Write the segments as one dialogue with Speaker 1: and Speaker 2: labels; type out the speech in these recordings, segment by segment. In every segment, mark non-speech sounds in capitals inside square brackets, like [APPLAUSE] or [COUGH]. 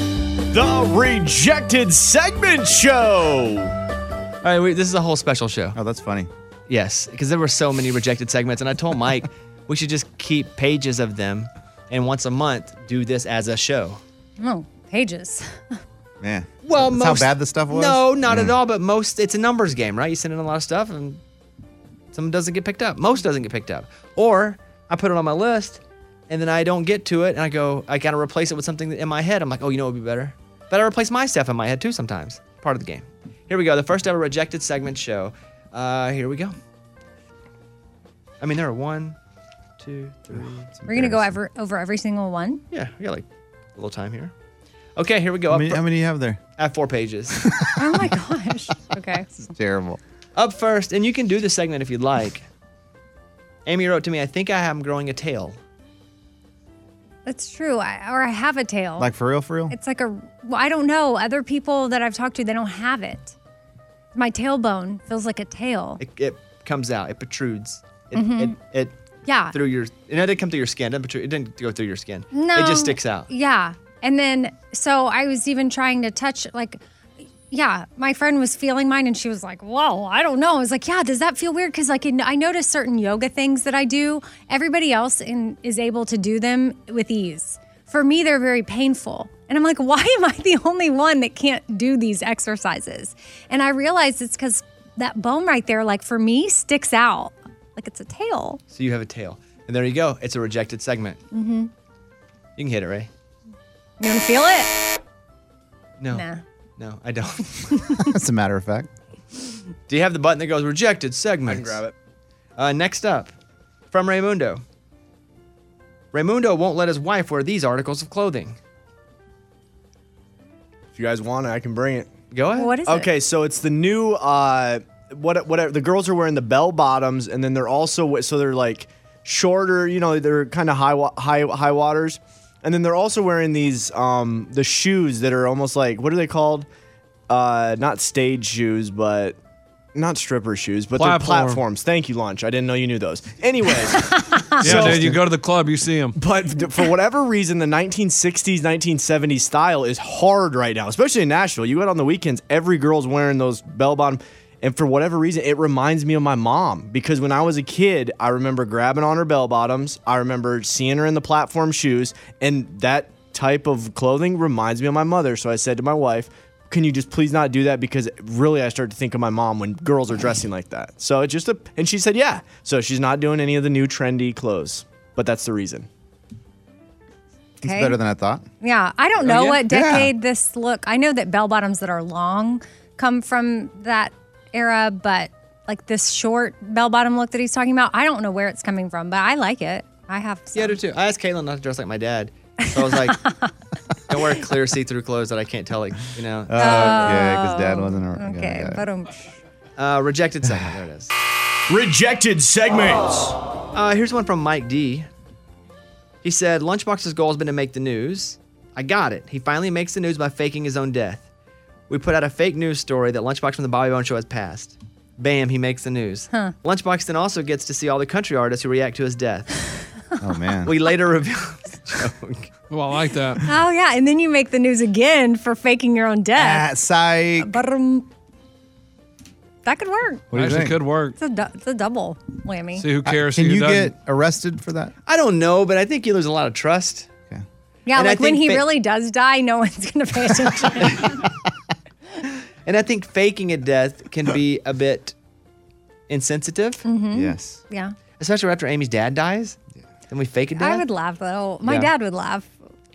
Speaker 1: the Rejected Segment Show.
Speaker 2: All right, we, this is a whole special show.
Speaker 1: Oh, that's funny.
Speaker 2: Yes, because there were so many rejected segments, and I told Mike we should just keep pages of them, and once a month do this as a show.
Speaker 3: Oh, pages.
Speaker 1: Man.
Speaker 2: Well,
Speaker 1: that's
Speaker 2: most-
Speaker 1: how bad the stuff was. Mm.
Speaker 2: No, not at all. But most, it's a numbers game, right? You send in a lot of stuff, and some doesn't get picked up. Most doesn't get picked up, or I put it on my list, and then I don't get to it, and I go, I gotta replace it with something in my head. I'm like, oh, you know, it'd be better. But I replace my stuff in my head too sometimes. Part of the game. Here we go. The first ever rejected segment show. Uh, here we go. I mean, there are one, two, three.
Speaker 3: We're gonna go over over every single one.
Speaker 2: Yeah, we got like a little time here. Okay, here we go.
Speaker 1: How
Speaker 2: Up
Speaker 1: many,
Speaker 2: fir-
Speaker 1: how many do you have there?
Speaker 2: I have four
Speaker 1: [LAUGHS]
Speaker 2: pages.
Speaker 3: Oh my gosh. [LAUGHS] Okay.
Speaker 1: Terrible.
Speaker 2: Up first, and you can do the segment if you'd like. Amy wrote to me, I think I am growing a tail.
Speaker 3: That's true. I, or I have a tail.
Speaker 1: Like for real, for real?
Speaker 3: it's like a. Well, I don't know. Other people that I've talked to, they don't have it. My tailbone feels like a tail.
Speaker 2: It, it comes out, it protrudes. It, it, it
Speaker 3: Mm-hmm. Yeah.
Speaker 2: through your, and it didn't come through your skin. It didn't, protrude, it didn't go through your skin.
Speaker 3: No.
Speaker 2: It just sticks out.
Speaker 3: Yeah. And then, so I was even trying to touch, like, yeah, my friend was feeling mine and she was like, whoa, I don't know. I was like, yeah, does that feel weird? Because, like, in, I notice certain yoga things that I do, everybody else in, is able to do them with ease. For me, they're very painful. And I'm like, [LAUGHS] why am I the only one that can't do these exercises? And I realized it's because that bone right there, like, for me, sticks out like it's a tail.
Speaker 2: So you have a tail. And there you go. It's a rejected segment. Mm-hmm. You can hit it, Ray.
Speaker 3: You don't feel it?
Speaker 2: No.
Speaker 3: Nah.
Speaker 2: No, I don't. [LAUGHS]
Speaker 1: As a matter of fact.
Speaker 2: Do you have the button that goes rejected segments? grab it. Uh, next up, from Raymundo. Raymundo won't let his wife wear these articles of clothing.
Speaker 4: If you guys want it, I can bring it.
Speaker 2: Go ahead.
Speaker 3: What is it?
Speaker 4: Okay, so it's the new uh what what the girls are wearing the bell bottoms and then they're also so they're like shorter, you know, they're kind of high wa- high high waters. And then they're also wearing these um the shoes that are almost like what are they called? Uh not stage shoes, but not stripper shoes, but they're
Speaker 5: Platform.
Speaker 4: platforms. Thank you, Lunch. I didn't know you knew those. Anyways,
Speaker 5: Yeah, dude, you go to the club, you see him.
Speaker 4: but d- for whatever reason, the 1960s, 1970s style is hard right now, especially in Nashville. You go out on the weekends, every girl's wearing those bell bottom. And for whatever reason, it reminds me of my mom because when I was a kid, I remember grabbing on her bell bottoms. I remember seeing her in the platform shoes. And that type of clothing reminds me of my mother. So I said to my wife, can you just please not do that? Because really, I start to think of my mom when girls are dressing like that. So it's just a, and she said, yeah. So she's not doing any of the new trendy clothes, but that's the reason.
Speaker 1: It's
Speaker 3: Okay.
Speaker 1: better than I thought.
Speaker 3: Yeah, I don't know
Speaker 2: Oh, yeah?
Speaker 3: what
Speaker 1: Yeah.
Speaker 3: decade this look. I know that bell bottoms that are long come from that era, but like this short bell bottom look that he's talking about, I don't know where it's coming from, but I like it. I have some.
Speaker 2: Yeah, I do too. I asked Caitlin not to dress like my dad. So I was like, don't wear clear see through clothes that I can't tell, like, you know. Uh,
Speaker 1: yeah, because dad wasn't around.
Speaker 3: Oh. Okay,
Speaker 1: Yeah, yeah.
Speaker 3: but um,
Speaker 2: Uh, rejected segment. There it is.
Speaker 4: Rejected segments.
Speaker 2: Uh, here's one from Mike D. He said, Lunchbox's goal has been to make the news. I got it. He finally makes the news by faking his own death. We put out a fake news story that Lunchbox from the Bobby Bone Show has passed. Bam, he makes the news. Lunchbox then also gets to see all the country artists who react to his death.
Speaker 1: oh,
Speaker 3: [LAUGHS]
Speaker 1: man.
Speaker 2: We later reveal. [LAUGHS] joke.
Speaker 5: Well, I
Speaker 1: [LAUGHS]
Speaker 5: like that.
Speaker 3: oh yeah, and then you make the news again for faking your own death.
Speaker 1: ah, psych.
Speaker 3: But um, that could work.
Speaker 1: What do you
Speaker 5: Actually,
Speaker 1: think? Uh,
Speaker 5: could work.
Speaker 3: It's a, du- it's a double whammy.
Speaker 5: See who cares. see
Speaker 1: Can
Speaker 5: who
Speaker 1: you
Speaker 5: doesn't.
Speaker 1: get arrested for that?
Speaker 2: I don't know, but I think you lose a lot of trust.
Speaker 1: Okay.
Speaker 3: yeah,
Speaker 2: and I
Speaker 3: like when
Speaker 2: think
Speaker 3: he
Speaker 2: fa-
Speaker 3: really does die, no one's gonna
Speaker 2: [LAUGHS]
Speaker 3: pay attention.
Speaker 2: And I think faking a death can be a bit insensitive,
Speaker 3: Mm-hmm.
Speaker 1: Yes.
Speaker 3: yeah.
Speaker 2: especially after Amy's dad dies. Then we fake a death.
Speaker 3: I would laugh though. My
Speaker 2: Yeah.
Speaker 3: dad would laugh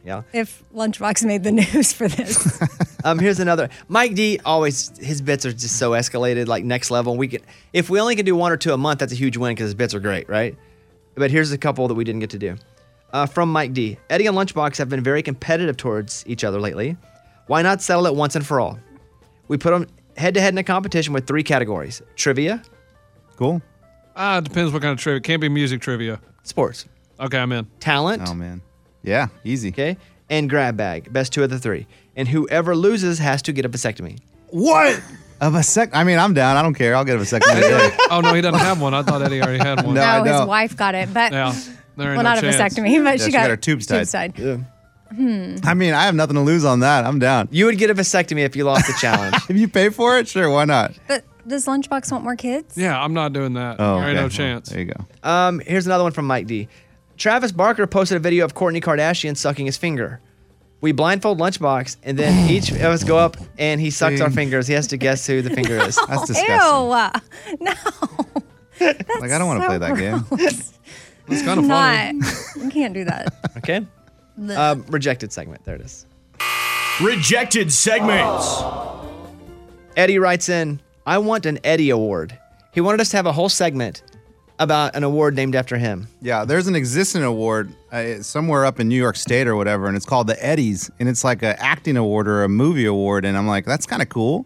Speaker 2: yeah.
Speaker 3: if Lunchbox made the [LAUGHS] news
Speaker 1: [LAUGHS]
Speaker 3: for this.
Speaker 2: Um, here's another. Mike D always his bits are just so escalated, like next level. We could if we only can do one or two a month, that's a huge win because his bits are great, right? But here's a couple that we didn't get to do. Uh, from Mike D. Eddie and Lunchbox have been very competitive towards each other lately. Why not settle it once and for all? We put them head to head in a competition with three categories: trivia,
Speaker 1: Cool.
Speaker 5: Ah, it depends what kind of trivia. It can't be music trivia.
Speaker 2: sports,
Speaker 5: Okay,
Speaker 1: [LAUGHS]
Speaker 5: I'm in.
Speaker 2: talent,
Speaker 1: Oh, man. Yeah, easy.
Speaker 2: okay, and grab bag. Best two of the three. And whoever loses has to get a vasectomy.
Speaker 1: What? A vasect? I mean, I'm down. I don't care. I'll get a
Speaker 3: [LAUGHS]
Speaker 1: vasectomy today.
Speaker 5: Oh no, he doesn't have one. I thought Eddie already had one.
Speaker 1: No. I
Speaker 3: no, his
Speaker 1: don't.
Speaker 3: wife got it, but
Speaker 5: Yeah, there
Speaker 3: well,
Speaker 5: ain't no
Speaker 3: not
Speaker 5: chance.
Speaker 3: a vasectomy, but
Speaker 1: Yeah,
Speaker 3: she, got
Speaker 1: her tubes tied.
Speaker 3: Tubes tied.
Speaker 1: I mean, I have nothing to lose on that. I'm down.
Speaker 2: You would get a vasectomy if you lost the challenge.
Speaker 1: If you pay for it, sure, why not?
Speaker 3: But does Lunchbox want more kids?
Speaker 5: Yeah, I'm not doing that.
Speaker 1: Oh,
Speaker 5: there ain't
Speaker 1: okay.
Speaker 5: no chance.
Speaker 1: There you go.
Speaker 2: um, here's another one from Mike D. Travis Barker posted a video of Courtney Kardashian sucking his finger. We blindfold Lunchbox, and then each of us go up, and he sucks our
Speaker 1: Ding.
Speaker 2: fingers. He has to guess who the finger is.
Speaker 1: That's
Speaker 3: Ew. uh,
Speaker 1: disgusting.
Speaker 3: [LAUGHS] No.
Speaker 1: Like I don't want to
Speaker 3: so
Speaker 1: play that game.
Speaker 5: It's kind of
Speaker 3: Not.
Speaker 5: funny.
Speaker 3: You can't do
Speaker 5: [LAUGHS]
Speaker 3: that.
Speaker 2: Okay. Um, rejected segment. There it is.
Speaker 4: Rejected segments.
Speaker 2: Eddie writes in, I want an Eddie Award. He wanted us to have a whole segment about an award named after him.
Speaker 1: Yeah, there's an existing award uh, it's somewhere up in New York State or whatever, and it's called the Eddies, and it's like an acting award or a movie award, and I'm like, that's kind of cool.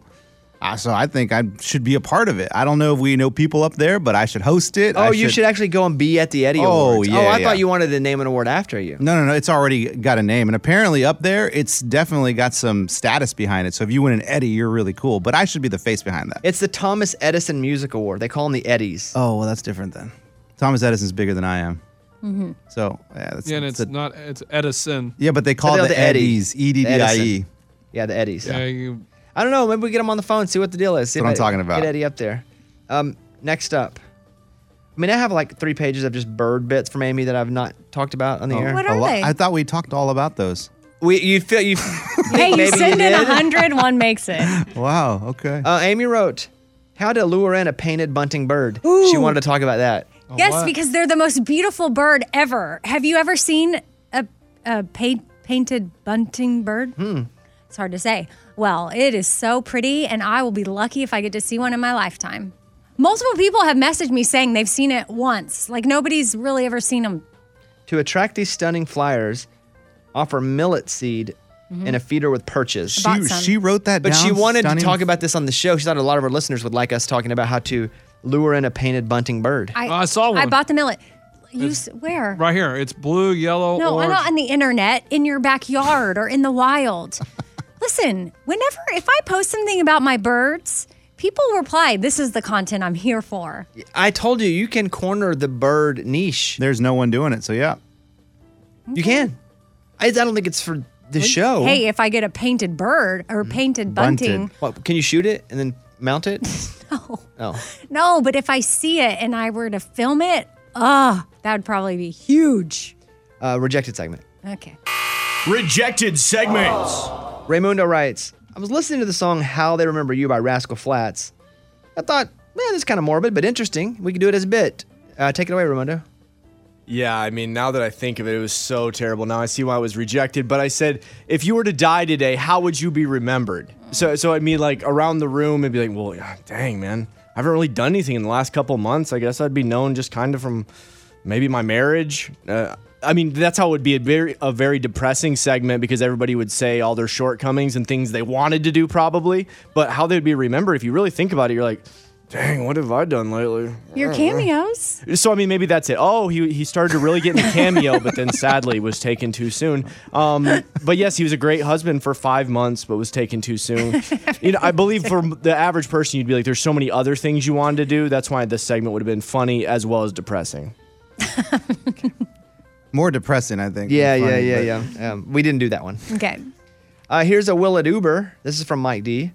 Speaker 1: Uh, so I think I should be a part of it. I don't know if we know people up there, but I should host it.
Speaker 2: Oh,
Speaker 1: I
Speaker 2: you should actually go and be at the Eddie
Speaker 1: Oh,
Speaker 2: Awards.
Speaker 1: yeah,
Speaker 2: oh, I
Speaker 1: yeah.
Speaker 2: thought you wanted to name an award after you.
Speaker 1: No, no, no. It's already got a name, and apparently up there, it's definitely got some status behind it. So if you win an Eddie, you're really cool. But I should be the face behind that.
Speaker 2: It's the Thomas Edison Music Award. They call them the Eddies.
Speaker 1: oh, well, that's different then. Thomas Edison's bigger than I am.
Speaker 3: Mm-hmm.
Speaker 1: So yeah, that's,
Speaker 5: Yeah, and
Speaker 1: it's
Speaker 5: it's
Speaker 1: a-
Speaker 5: not. It's Edison.
Speaker 1: yeah, but they call
Speaker 2: they're
Speaker 1: it the
Speaker 2: the Eddie.
Speaker 1: Eddies, E D D I E.
Speaker 2: Edison. Yeah, the Eddies.
Speaker 5: Yeah, you,
Speaker 2: I don't know. Maybe we get him on the phone, see what the deal is. See
Speaker 1: That's what
Speaker 2: if
Speaker 1: I'm
Speaker 2: I-
Speaker 1: talking about.
Speaker 2: Get Eddie up there. Um, next up. I mean, I have like three pages of just bird bits from Amy that I've not talked about on the air.
Speaker 3: What
Speaker 1: A
Speaker 3: are
Speaker 1: lot-
Speaker 3: they?
Speaker 1: I thought we talked all about those.
Speaker 2: We, you
Speaker 1: [LAUGHS]
Speaker 2: feel you?
Speaker 3: hey, you
Speaker 2: maybe
Speaker 3: send in
Speaker 2: did?
Speaker 3: a hundred, one makes it.
Speaker 1: Wow. Okay.
Speaker 2: Uh, Amy wrote, "How to lure in a painted bunting bird." She
Speaker 3: Ooh.
Speaker 2: wanted to talk about that.
Speaker 3: yes,
Speaker 5: what?
Speaker 3: because they're the most beautiful bird ever. Have you ever seen a, a pa- painted bunting bird?
Speaker 5: Hmm.
Speaker 3: It's hard to say. Well, it is so pretty, and I will be lucky if I get to see one in my lifetime. Multiple people have messaged me saying they've seen it once. Like nobody's really ever seen them.
Speaker 2: To attract these stunning flyers, offer millet seed
Speaker 3: Mm-hmm.
Speaker 2: in a feeder with perches.
Speaker 3: bought
Speaker 1: she,
Speaker 3: some.
Speaker 1: she wrote that
Speaker 2: But
Speaker 1: down.
Speaker 2: she wanted
Speaker 1: stunning.
Speaker 2: to talk about this on the show. She thought a lot of our listeners would like us talking about how to lure in a painted bunting bird.
Speaker 3: I,
Speaker 5: Oh, I saw
Speaker 3: I
Speaker 5: one.
Speaker 3: bought the millet. You s- where?
Speaker 5: right here. It's blue, yellow,
Speaker 3: No,
Speaker 5: orange.
Speaker 3: not on the internet, in your backyard or in the
Speaker 5: [LAUGHS]
Speaker 3: wild. Listen, whenever, if I post something about my birds, people reply, this is the content I'm here for.
Speaker 2: I told you, you can corner the bird niche.
Speaker 1: There's no one doing it. So yeah.
Speaker 2: You can. I, I don't think it's for the show.
Speaker 1: Oh.
Speaker 3: Hey, if I get a painted bird or
Speaker 1: Mm-hmm.
Speaker 3: painted bunting,
Speaker 2: What, can you shoot it and then mount
Speaker 3: [LAUGHS]
Speaker 2: it? no. Oh.
Speaker 3: no, but if I see it and I were to film it, ugh, that would probably be huge.
Speaker 2: Uh, rejected segment.
Speaker 3: Okay.
Speaker 4: Rejected segments.
Speaker 2: Raymundo writes, I was listening to the song How They Remember You by Rascal Flats. I thought, man, this is kind of morbid, but interesting. We could do it as a bit. Uh, take it away, Raymundo.
Speaker 4: Yeah, I mean, now that I think of it, it was so terrible. Now I see why it was rejected. But I said, if you were to die today, how would you be remembered? So, so I mean, like around the room, it'd be like, well, yeah, dang, man, I haven't really done anything in the last couple months. I guess I'd be known just kind of from maybe my marriage. Uh, I mean, that's how it would be a very, a very depressing segment because everybody would say all their shortcomings and things they wanted to do, probably. But how they'd be remembered, if you really think about it, you're like, dang, what have I done lately?
Speaker 3: Your
Speaker 1: Uh-huh.
Speaker 3: cameos?
Speaker 4: So I mean, maybe that's it. Oh, he he started to really get in the cameo, but then sadly was taken too soon. Um, but yes, he was a great husband for five months, but was taken too soon. You know, I believe for the average person, you'd be like, "There's so many other things you wanted to do." That's why this segment would have been funny as well as depressing.
Speaker 1: More depressing, I think. than
Speaker 2: Yeah, yeah,
Speaker 1: funny,
Speaker 2: yeah,
Speaker 1: but-
Speaker 2: yeah. Um, we didn't do that one.
Speaker 3: Okay.
Speaker 2: Uh, here's a Will at Uber. This is from Mike D.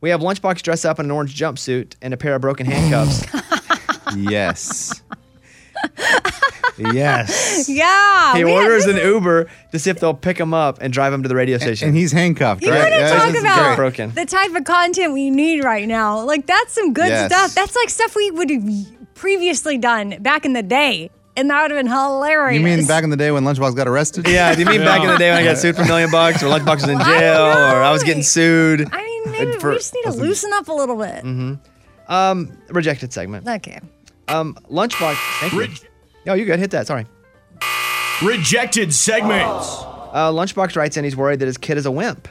Speaker 2: We have Lunchbox dress up in an orange jumpsuit and a pair of broken handcuffs.
Speaker 3: [LAUGHS]
Speaker 1: Yes. yes.
Speaker 3: Yeah.
Speaker 2: he
Speaker 3: we had-
Speaker 2: orders an Uber to see if they'll pick him up and drive him to the radio station.
Speaker 1: And he's handcuffed,
Speaker 3: You
Speaker 1: right?
Speaker 3: want to
Speaker 1: Yeah,
Speaker 3: talk
Speaker 1: this is
Speaker 3: about
Speaker 1: great.
Speaker 2: Broken.
Speaker 3: the type of content we need right now? Like that's some good
Speaker 1: Yes.
Speaker 3: stuff. That's like stuff we would have previously done back in the day, and that would have been hilarious.
Speaker 1: You mean back in the day when Lunchbox got arrested?
Speaker 2: yeah, do you mean back in the day when I got sued for a million bucks or Lunchbox was in jail or I was getting sued?
Speaker 3: I mean, maybe
Speaker 2: for-
Speaker 3: we just need to loosen up a little bit.
Speaker 1: Mm-hmm.
Speaker 2: Rejected segment.
Speaker 3: Okay.
Speaker 2: Um, Lunchbox. Thank you. No, you good. Hit that. Sorry.
Speaker 4: Rejected segments.
Speaker 2: Uh, Lunchbox writes in he's worried that his kid is a wimp.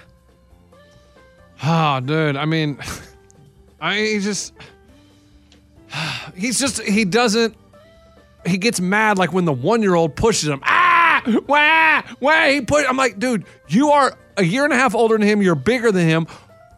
Speaker 5: Ah, dude. I mean, [SIGHS] I he just [SIGHS] he's just he doesn't he gets mad like when the one year old pushes him. Ah, wah, wah. He put. I'm like, dude, you are a year and a half older than him. You're bigger than him.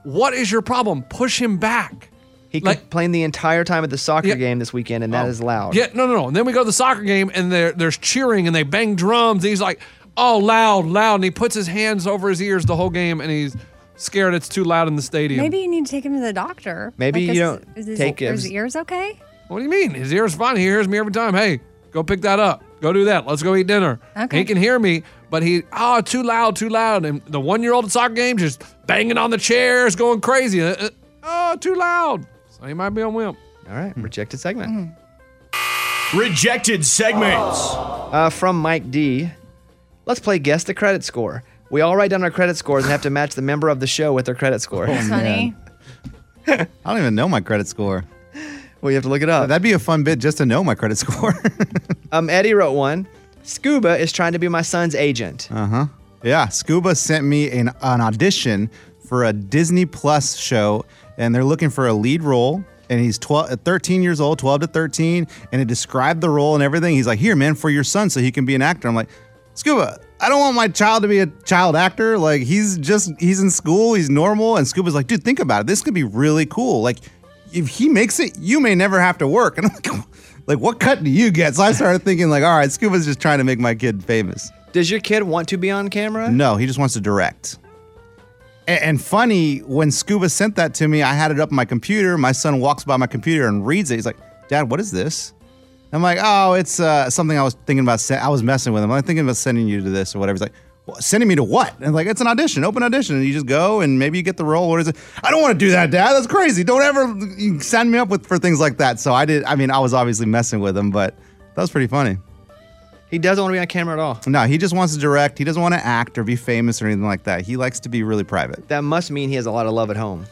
Speaker 5: What is your problem? Push him back.
Speaker 2: He
Speaker 5: Like-
Speaker 2: complained the entire time at the soccer
Speaker 5: Yeah. Oh.
Speaker 2: game this weekend, and that is loud.
Speaker 5: Yeah, no, no, no. And then we go to the soccer game, and there, there's cheering, and they bang drums. And he's like, oh, loud, loud. And he puts his hands over his ears the whole game and he's scared it's too loud in the stadium.
Speaker 3: Maybe you need to take him to the doctor.
Speaker 2: Maybe you
Speaker 3: is-
Speaker 2: don't
Speaker 3: Is his,
Speaker 2: take
Speaker 3: are
Speaker 2: him.
Speaker 3: his ears okay?
Speaker 5: What do you mean? His ear's fine. He hears me every time. Hey, go pick that up. Go do that. Let's go eat dinner.
Speaker 3: Okay.
Speaker 5: He can hear me, but he, oh, too loud, too loud. And the one year old at soccer game just banging on the chairs, going crazy. Uh, uh, oh, too loud. So he might be a wimp.
Speaker 2: All right, rejected segment.
Speaker 4: Rejected segments.
Speaker 2: Uh, from Mike D. Let's play guess the credit score. We all write down our credit scores and have to match the member of the show with their credit score.
Speaker 3: [LAUGHS] That's funny.
Speaker 1: I don't even know my credit score.
Speaker 2: well, you have to look it up.
Speaker 1: That'd be a fun bit just to know my credit score. [LAUGHS]
Speaker 2: Um, Eddie wrote one. Scuba is trying to be my son's agent.
Speaker 1: yeah, Scuba sent me an, an audition for a Disney Plus show, and they're looking for a lead role. And he's 12, 13 years old, 12 to 13. And it described the role and everything. He's like, Here, man, for your son, so he can be an actor. I'm like, Scuba, I don't want my child to be a child actor. Like, he's just, he's in school, he's normal. And Scuba's like, Dude, think about it. This could be really cool. Like, if he makes it, you may never have to work. [LAUGHS] And I'm like, like, what cut do you get? So I started thinking, like, all right, Scuba's just trying to make my kid famous.
Speaker 2: Does your kid want to be on camera?
Speaker 1: No, he just wants to direct. A- And, funny, when Scuba sent that to me, I had it up on my computer. My son walks by my computer and reads it. He's like, Dad, what is this? I'm like, oh, it's uh, something I was thinking about. se- I was messing with him. I'm thinking about sending you to this or whatever. He's like, "Wha- sending me to what? And I'm like, it's an audition, open audition. And you just go and maybe you get the role. What is it? I don't want to do that, Dad. That's crazy. Don't ever you sign me up with for things like that. So I did. I mean, I was obviously messing with him, but that was pretty funny.
Speaker 2: He doesn't want to be on camera at all.
Speaker 1: No, he just wants to direct. He doesn't want to act or be famous or anything like that. He likes to be really private.
Speaker 2: That must mean he has a lot of love at home.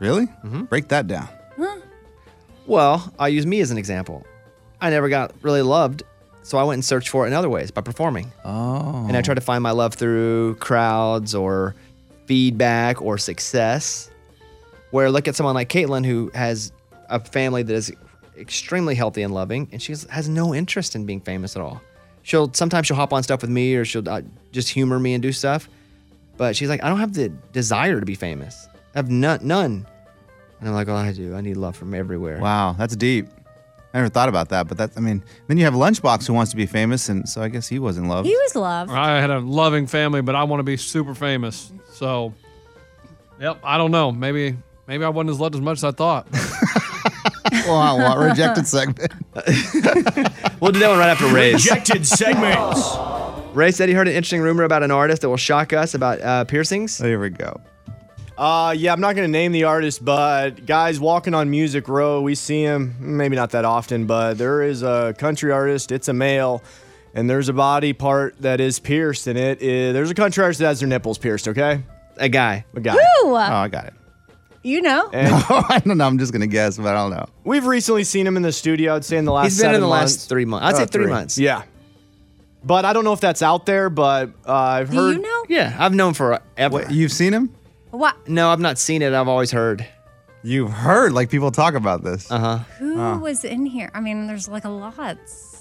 Speaker 1: Really?
Speaker 5: Mm-hmm.
Speaker 1: Break that down.
Speaker 2: Well, I'll use me as an example. I never got really loved, so I went and searched for it in other ways by performing. Oh. And I tried to find my love through crowds or feedback or success. Where look at someone like Caitlyn who has a family that is extremely healthy and loving, and she has- has no interest in being famous at all. She'll sometimes she'll hop on stuff with me or she'll uh, just humor me and do stuff, but she's like, I don't have the desire to be famous. I have none, none. And I'm like, oh, I do. I need love from everywhere.
Speaker 1: Wow, that's deep. I never thought about that, but that's, I mean, then you have Lunchbox who wants to be famous, and so I guess he was in love. [LAUGHS]
Speaker 3: He was loved.
Speaker 5: I had a loving family, but I want to be super famous. So, yep, I don't know. Maybe maybe I wasn't as loved as much as I thought. [LAUGHS]
Speaker 1: wow,
Speaker 3: [LAUGHS]
Speaker 1: wow, rejected segment.
Speaker 2: We'll do that one right [LAUGHS] after Ray's.
Speaker 4: Rejected segments.
Speaker 2: Ray said he heard an interesting rumor about an artist that will shock us about uh, piercings.
Speaker 1: There we go.
Speaker 4: Uh, yeah, I'm not gonna name the artist, but guys walking on Music Row, we see him. Maybe not that often, but there is a country artist. It's a male, and there's a body part that is pierced, and it is there's a country artist that has their nipples pierced. Okay,
Speaker 2: A guy.
Speaker 4: a guy.
Speaker 3: Ooh,
Speaker 1: Oh, I got it. [LAUGHS] Oh,
Speaker 3: you know.
Speaker 4: And
Speaker 1: I don't know. I'm just gonna guess, but I don't know.
Speaker 4: we've recently seen him in the studio. I'd say in the last.
Speaker 2: He's been in
Speaker 4: seven
Speaker 2: the
Speaker 4: months.
Speaker 2: last three months. I'd say
Speaker 4: Uh,
Speaker 2: three, months.
Speaker 4: Yeah, but I don't know if that's out there. But uh, I've
Speaker 3: Do
Speaker 4: heard.
Speaker 3: you know?
Speaker 2: Yeah, I've known forever.
Speaker 1: Wait, you've seen him?
Speaker 3: What?
Speaker 2: no, I've not seen it. I've always heard.
Speaker 1: You've heard like people talk about this.
Speaker 5: Uh-huh.
Speaker 3: Who was in here? I mean, there's like a lot.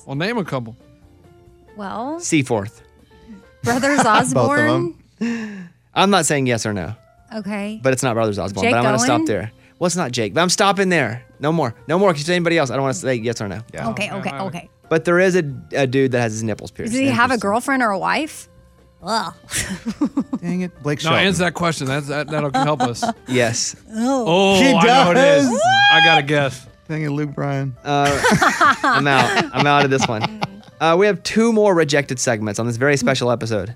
Speaker 5: well, name a couple.
Speaker 3: Well,
Speaker 2: Seaforth.
Speaker 3: Brothers Osborne.
Speaker 2: I'm not saying yes or no,
Speaker 3: Okay.
Speaker 2: but it's not Brothers Osborne.
Speaker 3: Jake
Speaker 2: but I'm going to
Speaker 3: Owen?
Speaker 2: stop there. Well, it's not Jake, but I'm stopping there. No more. No more. Can you say anybody else? I don't want to say yes or no.
Speaker 1: Yeah.
Speaker 3: okay, okay, okay.
Speaker 2: But there is a, a dude that has his nipples pierced.
Speaker 3: Does he have a girlfriend or a wife? Ugh.
Speaker 1: Dang it, Blake
Speaker 5: No,
Speaker 1: Shelton.
Speaker 5: answer that question. That's, that, that'll help us.
Speaker 2: Yes.
Speaker 5: [LAUGHS] Oh, I know it is. I got to guess.
Speaker 1: Dang it, Luke Bryan.
Speaker 5: Uh,
Speaker 2: I'm out. I'm out of this one. Uh, we have two more rejected segments on this very special episode.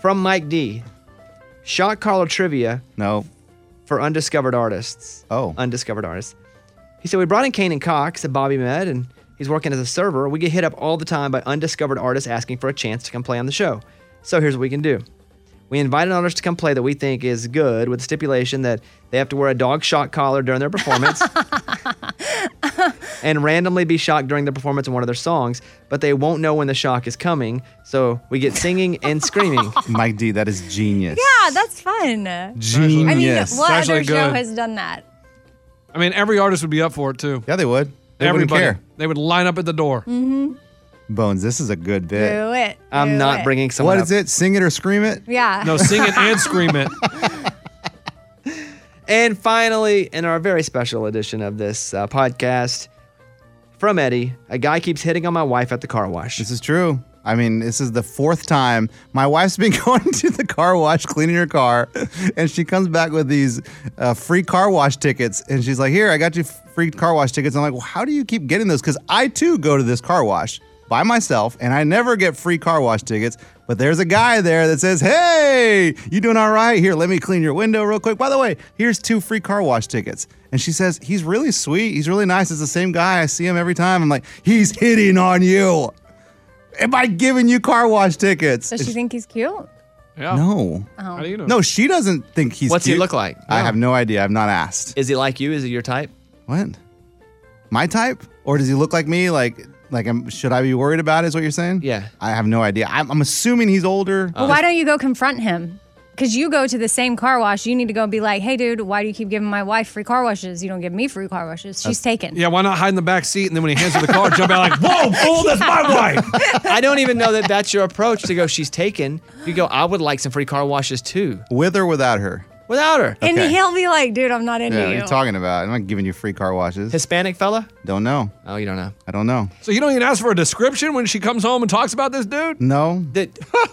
Speaker 2: From Mike D. Shot caller trivia
Speaker 1: no.
Speaker 2: for undiscovered artists.
Speaker 1: Oh.
Speaker 2: Undiscovered artists. He said, We brought in Kanan Cox at Bobby Med, and he's working as a server. We get hit up all the time by undiscovered artists asking for a chance to come play on the show. So here's what we can do we invite an artist to come play that we think is good with the stipulation that they have to wear a dog shot collar during their performance and randomly be shocked during the performance of one of their songs, but they won't know when the shock is coming. So we get singing and screaming.
Speaker 1: Mike D, that is genius.
Speaker 3: Yeah, that's fun.
Speaker 1: Genius.
Speaker 3: I mean, what
Speaker 5: Especially
Speaker 3: other show
Speaker 5: good.
Speaker 3: has done that?
Speaker 5: I mean, every artist would be up for it too.
Speaker 1: Yeah, they would. They wouldn't
Speaker 5: Everybody.
Speaker 1: care.
Speaker 5: They would line up at the door.
Speaker 1: Bones, this is a good bit.
Speaker 3: Do it.
Speaker 2: I'm
Speaker 3: Do
Speaker 2: not
Speaker 3: it.
Speaker 2: bringing someone
Speaker 1: What
Speaker 2: up.
Speaker 1: is it? Sing it or scream it?
Speaker 3: Yeah.
Speaker 5: No, sing it and scream it.
Speaker 2: And finally, in our very special edition of this uh, podcast, from Eddie, a guy keeps hitting on my wife at the car wash.
Speaker 1: This is true. I mean, this is the fourth time my wife's been [LAUGHS] going to the car wash, cleaning her car, and she comes back with these uh, free car wash tickets. And she's like, Here, I got you f- free car wash tickets. I'm like, Well, how do you keep getting those? Because I too go to this car wash by myself and I never get free car wash tickets. But there's a guy there that says, Hey, you doing all right? Here, let me clean your window real quick. By the way, here's two free car wash tickets. And she says, He's really sweet. He's really nice. It's the same guy. I see him every time. I'm like, He's hitting on you. Am I giving you car wash tickets?
Speaker 3: Does she think he's cute?
Speaker 5: Yeah.
Speaker 1: no.
Speaker 5: How do you know?
Speaker 1: No, she doesn't think he's
Speaker 2: What's he
Speaker 1: cute.
Speaker 2: look like?
Speaker 1: I have no idea. I've not asked.
Speaker 2: Is he like you? Is he your type?
Speaker 1: What? My type? Or does he look like me? Like, like, am- should I be worried about? Is what you're saying?
Speaker 2: Yeah.
Speaker 1: I have no idea. I'm, I'm assuming he's older.
Speaker 3: Well, why don't you go confront him? Because you go to the same car wash. You need to go and be like, hey, dude, why do you keep giving my wife free car washes? You don't give me free car washes. She's taken.
Speaker 5: Yeah, why not hide in the back seat and then when he hands her the car, jump out like, whoa, fool,
Speaker 1: [LAUGHS]
Speaker 5: that's my wife.
Speaker 2: I don't even know that that's your approach to go, she's taken. You go, I would like some free car washes too
Speaker 1: With or without her?
Speaker 2: without her.
Speaker 3: And
Speaker 1: Okay.
Speaker 3: he'll be like, dude, I'm not into
Speaker 1: Yeah, what are
Speaker 3: you.
Speaker 1: you talking about? I'm not giving you free car washes.
Speaker 2: Hispanic fella?
Speaker 1: don't know.
Speaker 2: Oh, you don't know.
Speaker 1: I don't know.
Speaker 5: So you don't even ask for a description when she comes home and talks about this dude?
Speaker 1: No.
Speaker 2: [LAUGHS] That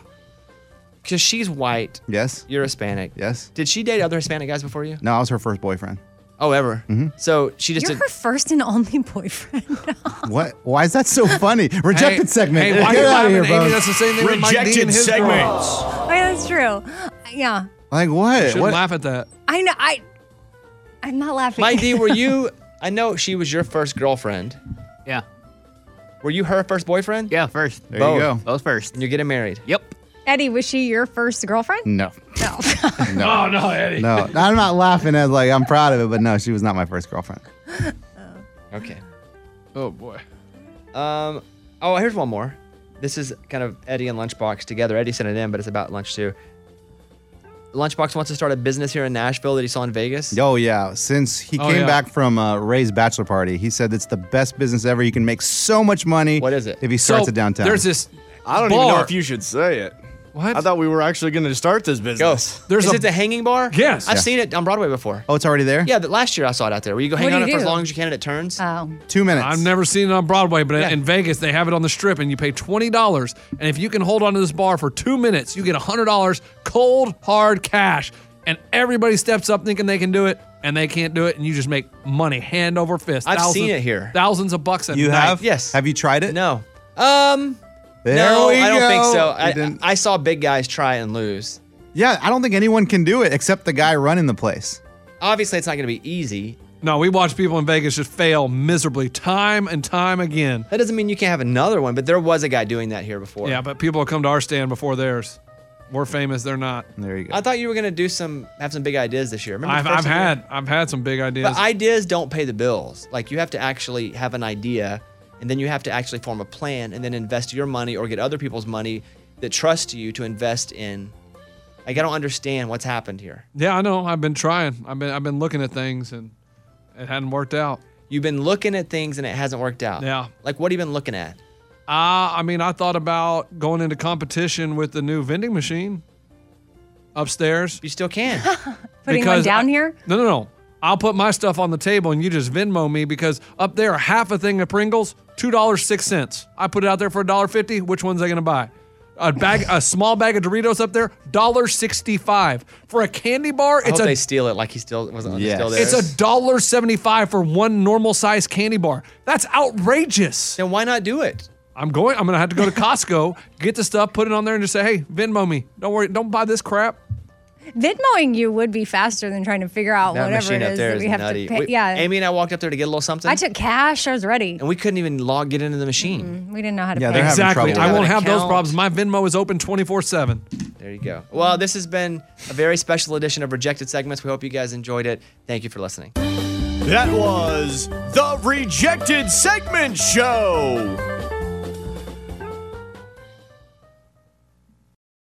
Speaker 2: Because she's white,
Speaker 1: Yes.
Speaker 2: you're Hispanic.
Speaker 1: Yes.
Speaker 2: Did she date other Hispanic guys before you?
Speaker 1: No, I was her first boyfriend.
Speaker 2: Oh, ever. So she just
Speaker 3: You're
Speaker 2: did. [LAUGHS]
Speaker 3: her first and only [LAUGHS] boyfriend.
Speaker 1: What? Why is that so funny? Rejected
Speaker 5: Hey,
Speaker 1: segment.
Speaker 5: Hey, why
Speaker 1: Get
Speaker 5: you
Speaker 1: out of
Speaker 5: laughing,
Speaker 1: here, bro.
Speaker 5: Amy? That's the same thing with Mike Dean and his girl.
Speaker 3: Oh, that's true. Yeah.
Speaker 1: Like what?
Speaker 5: Shouldn't
Speaker 1: what?
Speaker 5: laugh at that.
Speaker 3: I know. I, I'm not laughing.
Speaker 2: Mike D, were you? I know she was your first girlfriend.
Speaker 6: Yeah.
Speaker 2: Were you her first boyfriend?
Speaker 6: Yeah, first.
Speaker 1: There
Speaker 2: Both.
Speaker 1: you go.
Speaker 6: Both first.
Speaker 2: And you're getting married.
Speaker 6: Yep.
Speaker 3: [LAUGHS] Eddie, was she your first girlfriend?
Speaker 1: No.
Speaker 2: Mm.
Speaker 3: No.
Speaker 2: [LAUGHS]
Speaker 3: [LAUGHS]
Speaker 5: Oh, no, Eddie.
Speaker 1: No. I'm not laughing as like I'm proud of it, but no, she was not my first girlfriend.
Speaker 2: Okay.
Speaker 5: Oh, boy.
Speaker 2: Um. Oh, here's one more. This is kind of Eddie and Lunchbox together. Eddie sent it in, but it's about lunch too. Lunchbox wants to start a business here in Nashville that he saw in Vegas.
Speaker 1: Oh yeah. Since he
Speaker 5: Oh,
Speaker 1: came
Speaker 5: yeah.
Speaker 1: back from uh, Ray's bachelor party, he said it's the best business ever. You can make so much money.
Speaker 2: What is it?
Speaker 1: If he starts
Speaker 5: so
Speaker 1: it downtown.
Speaker 5: There's this.
Speaker 4: I don't
Speaker 5: bar.
Speaker 4: even know if you should say it.
Speaker 5: What?
Speaker 4: I thought we were actually going to start this
Speaker 2: Go.
Speaker 4: business.
Speaker 5: There's
Speaker 2: is
Speaker 5: a-
Speaker 2: it the hanging bar?
Speaker 5: Yes.
Speaker 2: I've
Speaker 5: Yeah.
Speaker 2: seen it on Broadway before.
Speaker 1: oh, it's already there.
Speaker 2: Yeah, but last year I saw it out there where you go
Speaker 3: What
Speaker 2: hang
Speaker 3: do
Speaker 2: on
Speaker 3: you
Speaker 2: it for as
Speaker 3: do?
Speaker 2: long as you can and it turns.
Speaker 3: Oh.
Speaker 1: Two minutes.
Speaker 5: I've never seen it on Broadway, but
Speaker 2: Yeah.
Speaker 5: in Vegas they have it on the strip, and you pay twenty dollars, and if you can hold on to this bar for two minutes, you get hundred dollars cold hard cash, and everybody steps up thinking they can do it, and they can't do it, and you just make money hand over fist.
Speaker 2: I've
Speaker 5: thousands,
Speaker 2: seen it here.
Speaker 5: thousands of bucks. A
Speaker 1: You
Speaker 5: night.
Speaker 1: have?
Speaker 2: Yes.
Speaker 1: Have you tried it?
Speaker 2: no. Um.
Speaker 1: There
Speaker 2: no,
Speaker 1: we
Speaker 2: I don't think
Speaker 1: go.
Speaker 2: so.
Speaker 1: You didn't-
Speaker 2: I, I saw big guys try and lose.
Speaker 1: Yeah, I don't think anyone can do it except the guy running the place.
Speaker 2: Obviously, it's not going to be easy.
Speaker 5: No, we watch people in Vegas just fail miserably time and time again.
Speaker 2: That doesn't mean you can't have another one, but there was a guy doing that here before.
Speaker 5: Yeah, but people come to our stand before theirs. We're famous; they're not.
Speaker 1: There you go.
Speaker 2: I thought you were going to do some, have some big ideas this year. Remember the
Speaker 5: I've,
Speaker 2: first
Speaker 5: I've
Speaker 2: time you-
Speaker 5: had I've had some big ideas.
Speaker 2: But ideas don't pay the bills. Like you have to actually have an idea, and then you have to actually form a plan, and then invest your money or get other people's money that trust you to invest in. Like I don't understand what's happened here.
Speaker 5: yeah, I know. I've been trying. I've been I've been looking at things, and it hadn't worked out.
Speaker 2: You've been looking at things and it hasn't worked out.
Speaker 5: Yeah.
Speaker 2: Like what have you been looking at?
Speaker 5: Uh, I mean, I thought about going into competition with the new vending machine upstairs.
Speaker 2: You still
Speaker 3: [LAUGHS]
Speaker 2: can.
Speaker 3: Putting one
Speaker 5: because
Speaker 3: down
Speaker 5: I-
Speaker 3: here?
Speaker 5: No, no, no. I'll put my stuff on the table and you just Venmo me because up there, half a thing of Pringles, $2.06. I put it out there for $1.50. Which one's I going to buy? A bag, a small bag of Doritos up there, $1.65. For a candy bar,
Speaker 2: I hope
Speaker 5: it's a
Speaker 2: they steal it. Like he still wasn't
Speaker 1: Yes.
Speaker 2: still there.
Speaker 5: it's a dollar seventy-five for one normal size candy bar. That's outrageous.
Speaker 2: then why not do it?
Speaker 5: I'm going. I'm gonna have
Speaker 1: [LAUGHS]
Speaker 5: to go to Costco, get the stuff, put it on there, and just say, "Hey, Venmo me. Don't worry. Don't buy this crap."
Speaker 3: Venmoing you would be faster than trying to figure out
Speaker 2: That
Speaker 3: whatever
Speaker 2: machine
Speaker 3: it
Speaker 2: up
Speaker 3: is
Speaker 2: there
Speaker 3: that
Speaker 2: is
Speaker 3: we have
Speaker 2: nutty.
Speaker 3: to pay.
Speaker 2: We-
Speaker 3: yeah.
Speaker 2: Amy and I walked up there to get a little something.
Speaker 3: I took Mm-hmm. cash. I was ready.
Speaker 2: and we couldn't even log get into the machine.
Speaker 3: We didn't know how to
Speaker 1: Yeah,
Speaker 3: pay.
Speaker 1: they're having-
Speaker 5: Exactly.
Speaker 1: trouble
Speaker 5: I
Speaker 1: with
Speaker 5: won't
Speaker 2: it.
Speaker 5: have those
Speaker 2: Account.
Speaker 5: problems. My Venmo is open twenty-four seven.
Speaker 2: There you go. Well, this has been a very special edition of Rejected Segments. We hope you guys enjoyed it. Thank you for listening.
Speaker 4: That was the Rejected Segment Show.